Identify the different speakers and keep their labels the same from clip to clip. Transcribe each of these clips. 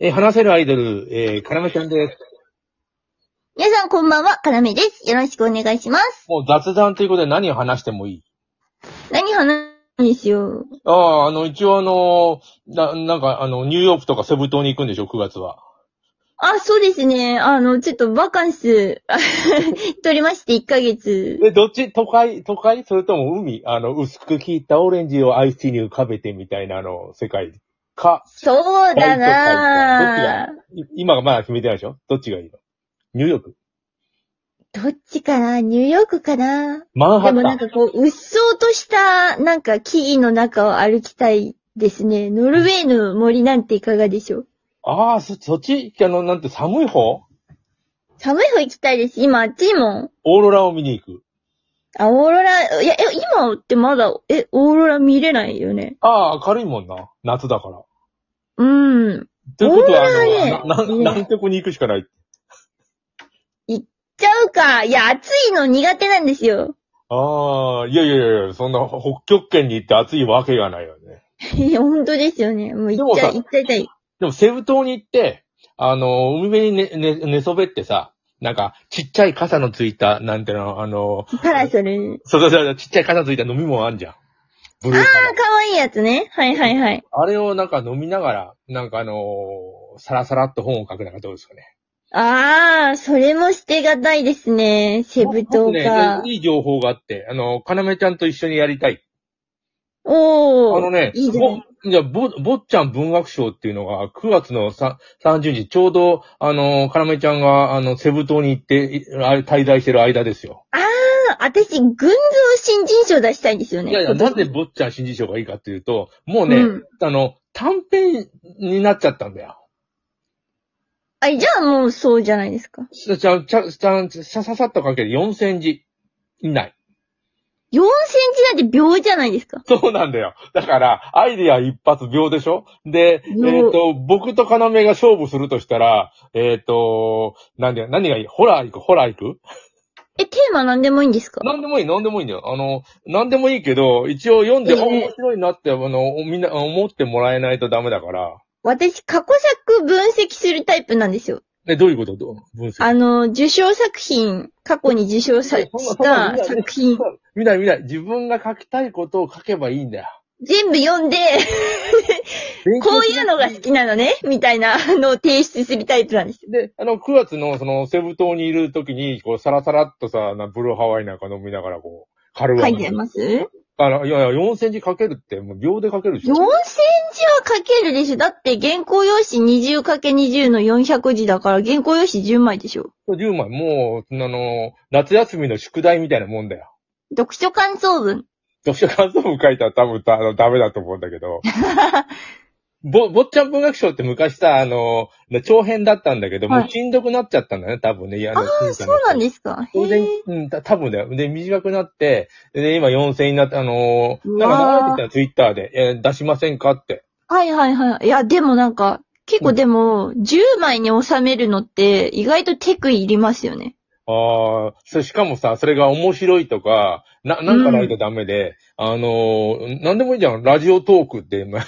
Speaker 1: えー話せるアイドル、えー、かなめちゃんです。
Speaker 2: 皆さんこんばんは、かなめです。よろしくお願いします。
Speaker 1: もう雑談ということで何を話してもいい
Speaker 2: 何話すんですよ。
Speaker 1: ああ、あの、一応あのー、な、なんかあの、ニューヨークとかセブ島に行くんでしょ、9月は。
Speaker 2: あ、そうですね。あの、ちょっとバカンス、 取りまして1ヶ月。
Speaker 1: え、どっち都会、都会それとも海あの、薄く切ったオレンジをアイスティーに浮かべてみたいなあの、世界か。
Speaker 2: そうだなぁ。
Speaker 1: い今がまだ決めてないでしょどっちがいいのニューヨーク
Speaker 2: どっちかなニューヨークかな
Speaker 1: マンハ
Speaker 2: で
Speaker 1: ッ
Speaker 2: も
Speaker 1: タ
Speaker 2: なん
Speaker 1: ン
Speaker 2: かこう、うっそうとした、なんか木々の中を歩きたいですね。ノルウェーの森なんていかがでしょう
Speaker 1: ああ、そ、そっちあの、なんて寒い方
Speaker 2: 寒い方行きたいです。今暑いもん。
Speaker 1: オーロラを見に行く。
Speaker 2: あ、オーロラ、いや、え、今ってまだ、え、オーロラ見れないよね。
Speaker 1: ああ、明るいもんな。夏だから。
Speaker 2: うん。
Speaker 1: ということは、
Speaker 2: 俺
Speaker 1: あ
Speaker 2: はね
Speaker 1: の、なな
Speaker 2: うん
Speaker 1: 南極に行くしかない。
Speaker 2: ちゃうか。いや、暑いの苦手なんですよ。
Speaker 1: ああ、いやいやいやいや、そんな北極圏に行って暑いわけがないよね。
Speaker 2: いや、本当ですよね。もう行っちゃ、
Speaker 1: で
Speaker 2: 行っちゃいたい。
Speaker 1: でもセブ島に行って、あの、海辺に寝、寝、寝そべってさ、なんか、ちっちゃい傘のついた、なんていうの、あの、
Speaker 2: パラソル。
Speaker 1: そうそうそう、ちっちゃい傘ついた飲み物あんじゃん。ブルーカ
Speaker 2: あ、可愛いやつね。はいはいはい。
Speaker 1: ーあれをなんか飲みながら、なんかあのーさらさらっと本を書くのがどうですかね。
Speaker 2: ああ、それも捨てがたいですね。セブ島
Speaker 1: ね
Speaker 2: か。、
Speaker 1: いい情報があって、あの、かなめちゃんと一緒にやりたい。
Speaker 2: おお。
Speaker 1: あのね、
Speaker 2: いいじゃない。
Speaker 1: ぼじゃあぼ、ぼっちゃん文学賞っていうのが、9月のさ30日、ちょうど、あの、かなめちゃんが、あの、セブ島に行って、いあれ滞在してる間ですよ。
Speaker 2: あ私、群像新人賞出したいんですよね。
Speaker 1: いやいや、
Speaker 2: 今年
Speaker 1: なぜぼっちゃん新人賞がいいかっていうと、もうね、
Speaker 2: うん
Speaker 1: あの、短編になっちゃったんだよ。
Speaker 2: あ、じゃあもうそうじゃないですか。
Speaker 1: ちゃ、ちゃ、ちゃ、ちゃ、さささっとかける4センチ以内。
Speaker 2: 4センチなんて秒じゃないですか。
Speaker 1: そうなんだよ。だから、アイディア一発秒でしょで、えっ、
Speaker 2: 秒
Speaker 1: と、僕とカナメが勝負するとしたら、えっ、と、なんで、何がいいホラー行くホラー行く
Speaker 2: え、テーマなんでもいいんですか
Speaker 1: なんでもいい、なんでもいいんだよ。あの、なんでもいいけど、一応読んで、
Speaker 2: ええ
Speaker 1: あ面白いなって、あの、みんな思ってもらえないとダメだから。
Speaker 2: 私、過去作分析するタイプなんですよ。
Speaker 1: え、どういうことどう分析。
Speaker 2: あの、受賞作品、過去に受賞さ
Speaker 1: いや
Speaker 2: し
Speaker 1: そんな
Speaker 2: た
Speaker 1: そんな
Speaker 2: 作品、
Speaker 1: 見ない見ない。自分が書きたいことを書けばいいんだよ。
Speaker 2: 全部読 んで、
Speaker 1: 勉強
Speaker 2: こう
Speaker 1: し
Speaker 2: い
Speaker 1: な
Speaker 2: うのが好きなのね、みたいなのを提出するタイプなんですよ。
Speaker 1: で、あの、9月の、その、セブ島にいる時に、こう、サラサラっとさ、なブルーハワイなんか飲みながら、こう、軽
Speaker 2: 書
Speaker 1: ワ
Speaker 2: いてあります ?4
Speaker 1: あの、いやいや、4センチかけるって、もう秒でかけるでし
Speaker 2: センチ
Speaker 1: ょ。
Speaker 2: は書けるでしょだって原稿用紙 20×20 の400字だから原稿用紙10枚でしょ
Speaker 1: ?10 枚、もう、あの、夏休みの宿題みたいなもんだよ。
Speaker 2: 読書感想文。
Speaker 1: 読書感想文書いたら多分あのダメだと思うんだけ ど。ぼ、坊っちゃん文学賞って昔さ、あの、長編だったんだけど、
Speaker 2: はい
Speaker 1: もうしんどくなっちゃったんだね、多分ね。いや、あの、そ
Speaker 2: そうなんですかへ
Speaker 1: 当然
Speaker 2: ー、
Speaker 1: うん、た多分だよ。で、短くなって、で、今4000になって、あのー
Speaker 2: う
Speaker 1: なん
Speaker 2: わー
Speaker 1: か流れてきたらツイッターで、えー出しませんかって。
Speaker 2: はいはいはい。いや、でもなんか、結構でも、10枚に収めるのって意外とテクいりますよね。
Speaker 1: ああ、それしかもさ、それが面白いとか、な、なんかないとダメで、あのーなんでもいいじゃん。ラジオトークって、まあ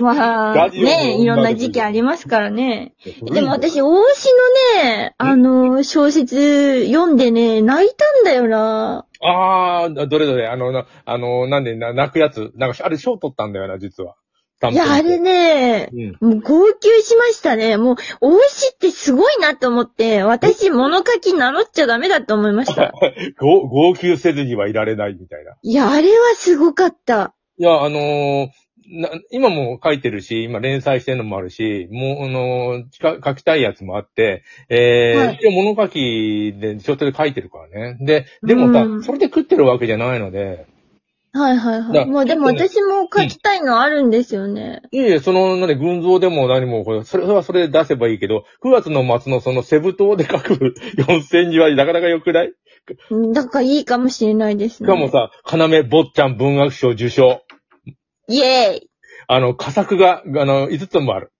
Speaker 2: まあ、
Speaker 1: ラジオの
Speaker 2: ねいろんな時期ありますからね。でも私、大石のね、
Speaker 1: うん
Speaker 2: あの、小説読んでね、泣いたんだよな。
Speaker 1: ああ、どれどれ、あの、なあの、なんで、な泣くやつ。なんか、あれ、賞取ったんだよな、実は。短
Speaker 2: い
Speaker 1: 編
Speaker 2: や、あれね、
Speaker 1: うん。
Speaker 2: もう号泣しましたね。もう、大石ってすごいなと思って、私、物書き名乗っちゃダメだと思いま した。
Speaker 1: ご、号泣せずにはいられないみたいな。
Speaker 2: いや、あれはすごかった。
Speaker 1: いや、あのーな、今も書いてるし、今連載してるのもあるし、もう、あのーか書きたいやつもあって、えー
Speaker 2: はい
Speaker 1: 一応物書きで、ちょっとで書いてるからね。で、でも
Speaker 2: うん
Speaker 1: さ、それで食ってるわけじゃないので、
Speaker 2: はいはい
Speaker 1: だか
Speaker 2: は
Speaker 1: ら
Speaker 2: い。まあでも
Speaker 1: ちょっ
Speaker 2: 私も書きたいのあるんですよね。
Speaker 1: いえいえ、その、なんで、群像でも何も、これそれはそれで出せばいいけど、9月の末のそのセブ島で書く4000字はなかなか良くない
Speaker 2: だからいいかもしれないです
Speaker 1: し
Speaker 2: ね。
Speaker 1: かもさ、要坊っちゃん文学賞受賞。
Speaker 2: イェーイ
Speaker 1: あの、佳作が、あの、5つもある。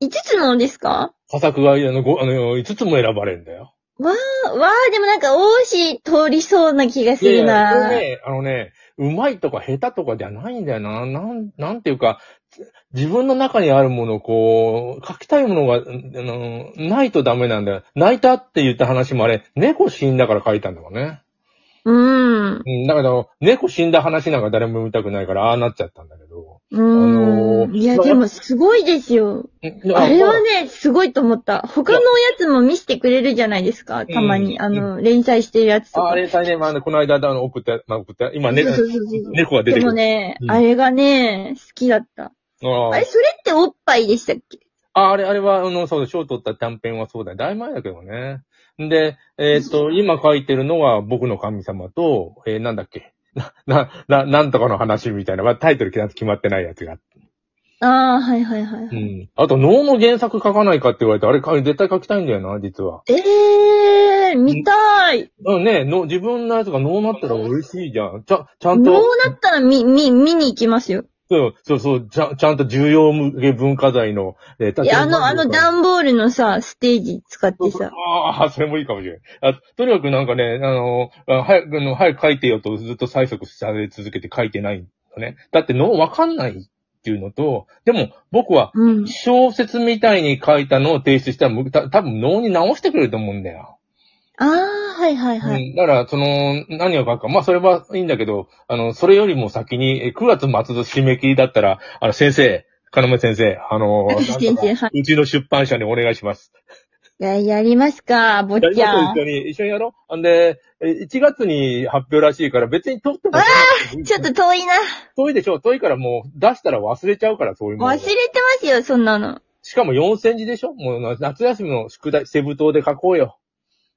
Speaker 2: 五つもですか
Speaker 1: 佳作が、あの、ごあの5つも選ばれるんだよ。
Speaker 2: わー、でもなんか、王子通りそうな気がする
Speaker 1: いやいやこ
Speaker 2: な
Speaker 1: れね、あのね、うまいとか下手とかではないんだよな。なん、なんていうか、自分の中にあるものをこう、書きたいものが、うんあの、ないとダメなんだよ。泣いたって言った話もあれ、猫死んだから書いたんだもんね。
Speaker 2: うん。
Speaker 1: うん、だけど、猫死んだ話なんか誰も見たくないから、ああなっちゃったんだけど。
Speaker 2: う
Speaker 1: あの
Speaker 2: ん。
Speaker 1: ー
Speaker 2: いや、
Speaker 1: まあ
Speaker 2: でもすごいですよ。
Speaker 1: うん
Speaker 2: あれはね、すごいと思った。他のやつも見せてくれるじゃないですか、たまに。
Speaker 1: うん
Speaker 2: あの、連載してるやつと
Speaker 1: あ
Speaker 2: か。
Speaker 1: あれ大変、まあね、この間、あの、送った、まあ、送った、今ね、
Speaker 2: そうそうそうそう
Speaker 1: 猫が出て
Speaker 2: で
Speaker 1: く
Speaker 2: も
Speaker 1: る。
Speaker 2: ね、
Speaker 1: うん
Speaker 2: あれがね、好きだった。
Speaker 1: あ
Speaker 2: あれ、それっておっぱいでしたっけ
Speaker 1: ああれ、あれは、あの、そうだ、賞取った短編はそうだよ。だいぶ前だけどね。んで、えっ、と、今書いてるのは、僕の神様と、えーなんだっけ。な、な、な、なんとかの話みたいな、まあ、タイトル決まってないやつがあって。
Speaker 2: ああ、はいはいはい。
Speaker 1: うん。あと、能の原作書かないかって言われて、あれか、絶対書きたいんだよな、実は。
Speaker 2: ええー、見たい。
Speaker 1: うんね、の、自分のやつが能なったら嬉しいじゃん。ちゃ、ちゃんと。
Speaker 2: どうなったら見、見、見に行きますよ。
Speaker 1: そう、そうそう、ちゃん、ちゃんと重要無形文化財の、えー
Speaker 2: いや、あの、あの段ボールのさ、ステージ使ってさ。
Speaker 1: ああ、それもいいかもしれない。あとにかくなんかね、あの、あ早く、あの早く書いてよとずっと催促され続けて書いてないのね。だっての、わかんないっていうのと、でも僕は
Speaker 2: うん。
Speaker 1: 小説みたいに書いたのを提出したら、むた多分脳に直してくれると思うんだよ。
Speaker 2: ああ、はいはいは
Speaker 1: う
Speaker 2: い。
Speaker 1: ん、だから、その、何を書くか。まあ、それはいいんだけど、あの、それよりも先に、え9月末の締め切りだったら、あの、先生、金目先生、あ の、
Speaker 2: 金目先生
Speaker 1: なんとか
Speaker 2: は
Speaker 1: うちの出版社にお願いします。
Speaker 2: いや、やりますか、坊
Speaker 1: やり
Speaker 2: ち
Speaker 1: まし
Speaker 2: ゃ
Speaker 1: ょ
Speaker 2: ん
Speaker 1: う、。一緒に。一緒にやろう。あんで、え1月に発表らしいから、別に取ってもら
Speaker 2: ちょっと遠いな。
Speaker 1: 遠いでしょ遠いからもう、出したら忘れちゃうから、そういうもの
Speaker 2: 忘れてますよ、そんなの。
Speaker 1: しかも4センチでしょもう、夏休みの宿題、セブ島で書こうよ。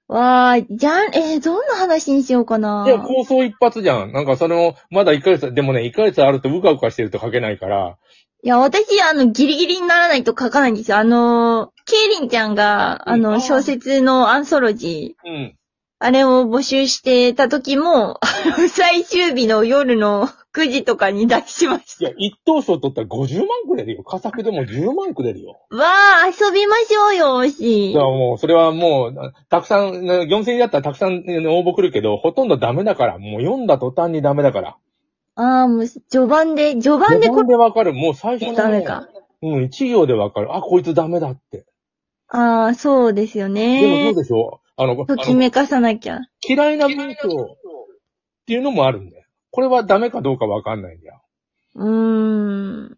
Speaker 2: わあ、じゃん、えー、どんな話にしようかな。
Speaker 1: いや、構想一発じゃん。なんかそれも、まだ1ヶ月、でもね、1ヶ月あるとうかうかしてると書けないから、
Speaker 2: いや、私、あの、ギリギリにならないと書かないんですよ。あの、ケイリンちゃんが、あ
Speaker 1: うん
Speaker 2: の、小説のアンソロジー、
Speaker 1: うん。
Speaker 2: あれを募集してた時も、あ の最終日の夜の9時とかに出しまし
Speaker 1: いや、一等賞取ったら50万くれるよ。佳作でも10万くれるよ。
Speaker 2: た。わあ、遊びましょうよ、おし
Speaker 1: だから。もう、それはもう、なたくさん、な4千円だったらたくさんね応募来るけど、ほとんどダメだから、もう読んだ途端にダメだから。
Speaker 2: ああ、もう、序盤で、序盤
Speaker 1: 自
Speaker 2: でこ
Speaker 1: 分でわかる。もう最初
Speaker 2: れ
Speaker 1: に、
Speaker 2: ダメか。。
Speaker 1: うん、一行でわかる。あ、こいつダメだって。
Speaker 2: ああ、そうですよ
Speaker 1: でもそ
Speaker 2: ね
Speaker 1: う。でしょあの、
Speaker 2: と
Speaker 1: あ
Speaker 2: き
Speaker 1: の
Speaker 2: めかさなきゃ。
Speaker 1: 嫌いな文章っていうのもあるんだよ。これはダメかどうかわかんないんだよ。
Speaker 2: うーん。
Speaker 1: うん。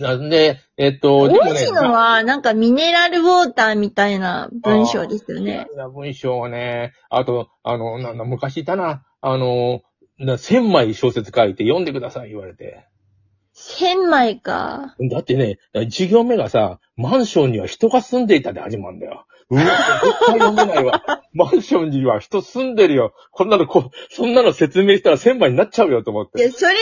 Speaker 1: なんで、えっと、
Speaker 2: 美
Speaker 1: でも
Speaker 2: 味
Speaker 1: ね
Speaker 2: しいのは、なんかミネラルウォーターみたいな文章ですよね。
Speaker 1: 嫌な文章はね、あと、あの、なんだ、昔いたな、あの、な千枚小説書いて読んでください言われて。
Speaker 2: 千枚か。
Speaker 1: だってね、一行目がさ、マンションには人が住んでいたで始まるんだよ。うわ、絶対読めないわ。 マンションには人住んでるよ。こんなのこ、そんなの説明したら千枚になっちゃうよと思っ
Speaker 2: いや、
Speaker 1: て。
Speaker 2: それ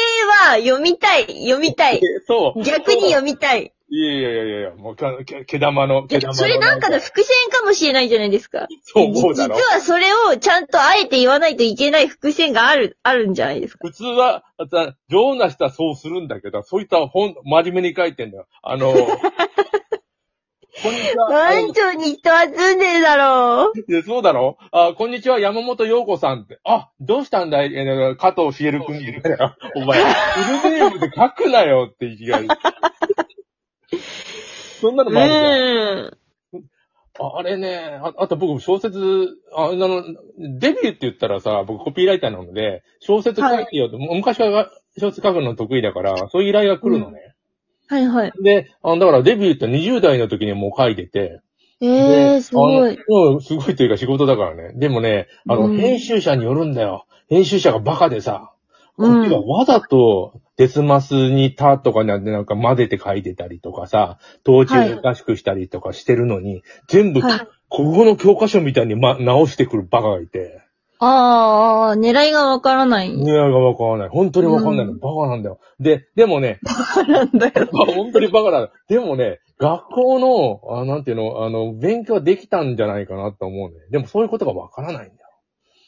Speaker 2: は読みたい。読みたい。
Speaker 1: そう。
Speaker 2: 逆に読みたい。
Speaker 1: いやいやいやいや、もうか、け、毛玉の、
Speaker 2: い
Speaker 1: 毛
Speaker 2: や
Speaker 1: 玉の。
Speaker 2: それなんかの伏線かもしれないじゃないですか。
Speaker 1: そう
Speaker 2: じ
Speaker 1: 思う
Speaker 2: 実
Speaker 1: だろ。
Speaker 2: はそれをちゃんとあえて言わないといけない伏線がある、あるんじゃないですか。
Speaker 1: 普通は、さ上手な人はそうするんだけど、そういったほん、真面目に書いてんだよ。あの、こんにち は。
Speaker 2: 番長に人は住んでるだろう。
Speaker 1: いやそうだろあ、こんにちは、山本陽子さんって。あ、どうしたんだいえ加藤茂君みたいな。お前、フルネームで書くなよって言い合い。そんなの
Speaker 2: う
Speaker 1: もあるじゃん
Speaker 2: ーん。
Speaker 1: ああれね、ああと僕小説、ああの、デビューって言ったらさ、僕コピーライターなので、小説書いてよって、もう昔から小説書くの得意だから、そういう依頼が来るのね。
Speaker 2: はいはい。
Speaker 1: で、あだからデビューって20代の時にもう書いてて、
Speaker 2: ええー、
Speaker 1: です
Speaker 2: ごい。
Speaker 1: あのうん、すごいというか仕事だからね。でもね、あの、
Speaker 2: うん
Speaker 1: 編集者によるんだよ。編集者がバカでさ、こ
Speaker 2: う
Speaker 1: っちが
Speaker 2: ん。
Speaker 1: わざと、デスマスにたとかなんてなんか混ぜて書いてたりとかさ、当中難しくしたりとかしてるのに、全部、
Speaker 2: はい
Speaker 1: 国語の教科書みたいに、ま、直してくるバカがいて、
Speaker 2: あーあー、狙いがわからない。
Speaker 1: いやがわからない。本当にわかんないの。
Speaker 2: うん
Speaker 1: バカなんだよ。で、でもね、
Speaker 2: なんだよ。
Speaker 1: まあ本当にバカだ。でもね、学校の、あなんていうの、あの、勉強はできたんじゃないかなと思うね。でもそういうことがわからないんだよ。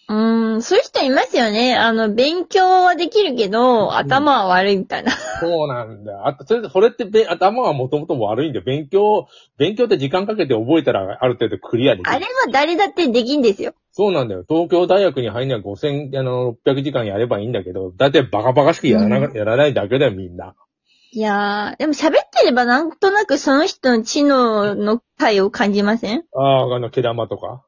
Speaker 2: うーん、そういう人いますよね。あの、勉強はできるけど、頭は悪いみたいな。
Speaker 1: そうなんだよ。あと、それで、それってべ、頭はもともと悪いんで、勉強、勉強って時間かけて覚えたら、ある程度クリアでき
Speaker 2: あれ
Speaker 1: る。
Speaker 2: は誰だってできんですよ。
Speaker 1: そうなんだよ。東京大学に入るには5000、あの、600時間やればいいんだけど、だいたいバカバカしくやらな、
Speaker 2: う
Speaker 1: やらないだけだよ、みんな。
Speaker 2: いやー、でも喋ってればなんとなくその人の知能の体を感じません
Speaker 1: ああ、あの、毛玉と か。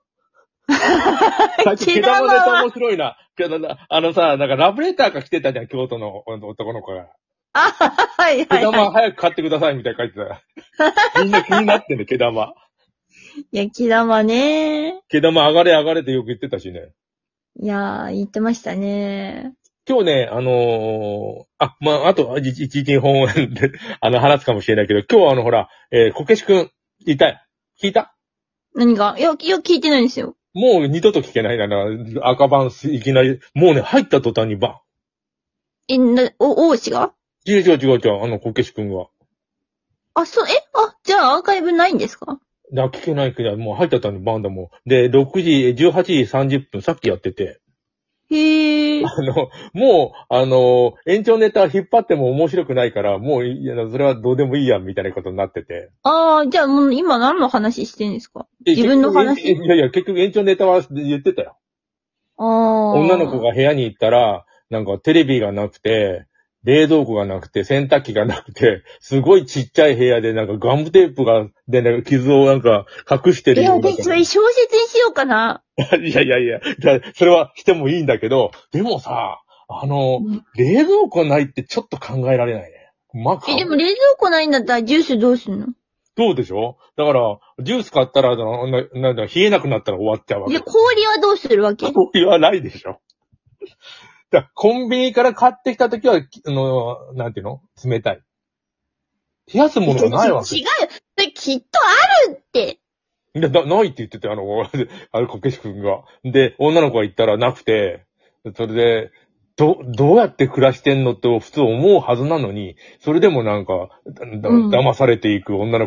Speaker 2: 毛玉は
Speaker 1: ネタ面白いな。けどなあのさ、なんかラブレターが来てたじゃん、京都の男の子が。
Speaker 2: あはい
Speaker 1: 毛
Speaker 2: はい、
Speaker 1: 玉
Speaker 2: は
Speaker 1: 早く買ってくださいみたいな書いてた。みんな気になってんね、毛玉。
Speaker 2: い。いや、木玉ね
Speaker 1: 毛玉上がれ上がれってよく言ってたしね。
Speaker 2: いやー、言ってましたね
Speaker 1: 今日ね、あのーあ、まあ、あと、一一日本で、 あの、話すかもしれないけど、今日はあの、ほら、えー、こけしくん、いたい。聞いた
Speaker 2: 何がいや、いや、聞いてないんですよ。
Speaker 1: もう二度と聞けないな、赤番いきなり、もうね、入った途端にバン。
Speaker 2: え、な、お、王子が
Speaker 1: 違う違う違う違う、あの、こけしくんが。
Speaker 2: あ、そう、え、あ、じゃあアーカイブないんですか
Speaker 1: だ聞けないけど、もう入った途端にバンだもん。で、6時、18時30分、さっきやってて。
Speaker 2: へー。
Speaker 1: あの、もう、あの、延長ネタ引っ張っても面白くないから、もういいや、それはどうでもいいや、みたいなことになってて。
Speaker 2: あー、じゃあもう今何の話してんですか
Speaker 1: で
Speaker 2: 自分の話
Speaker 1: 結局いやいや、結局延長ネタは言ってたよ。
Speaker 2: あー。女
Speaker 1: 女の子。が部屋に行ったら、なんかテレビがなくて、冷蔵庫がなくて、洗濯機がなくて、すごいちっちゃい部屋で、なんかガムテープが、で、なんか傷をなんか隠してる
Speaker 2: いや、
Speaker 1: ような。
Speaker 2: 私それ小説にしようかな。
Speaker 1: いやいやいや、だそれはしてもいいんだけど、でもさ、あの、
Speaker 2: うん
Speaker 1: 冷蔵庫ないってちょっと考えられないね。まあ、
Speaker 2: え、でも冷蔵庫ないんだったらジュースどうすんの
Speaker 1: どうでしょうだから、ジュース買ったら、なななんだ、冷えなくなったら終わっちゃうわ
Speaker 2: い
Speaker 1: け
Speaker 2: や、。氷はどうするわけ
Speaker 1: そう言わないでしょ。だからコンビニから買ってきたときは、きあの、なんていうの冷たい。冷やすものがないわけ。
Speaker 2: 違
Speaker 1: いう
Speaker 2: よ。それきっとあるって。
Speaker 1: や、なないって言ってて、あの、あれ、こけしくんが。で、女の子が言ったらなくて、それで、ど、どうやって暮らしてんのと普通思うはずなのに、それでもなんか、だだ
Speaker 2: うん
Speaker 1: 騙されていく女の子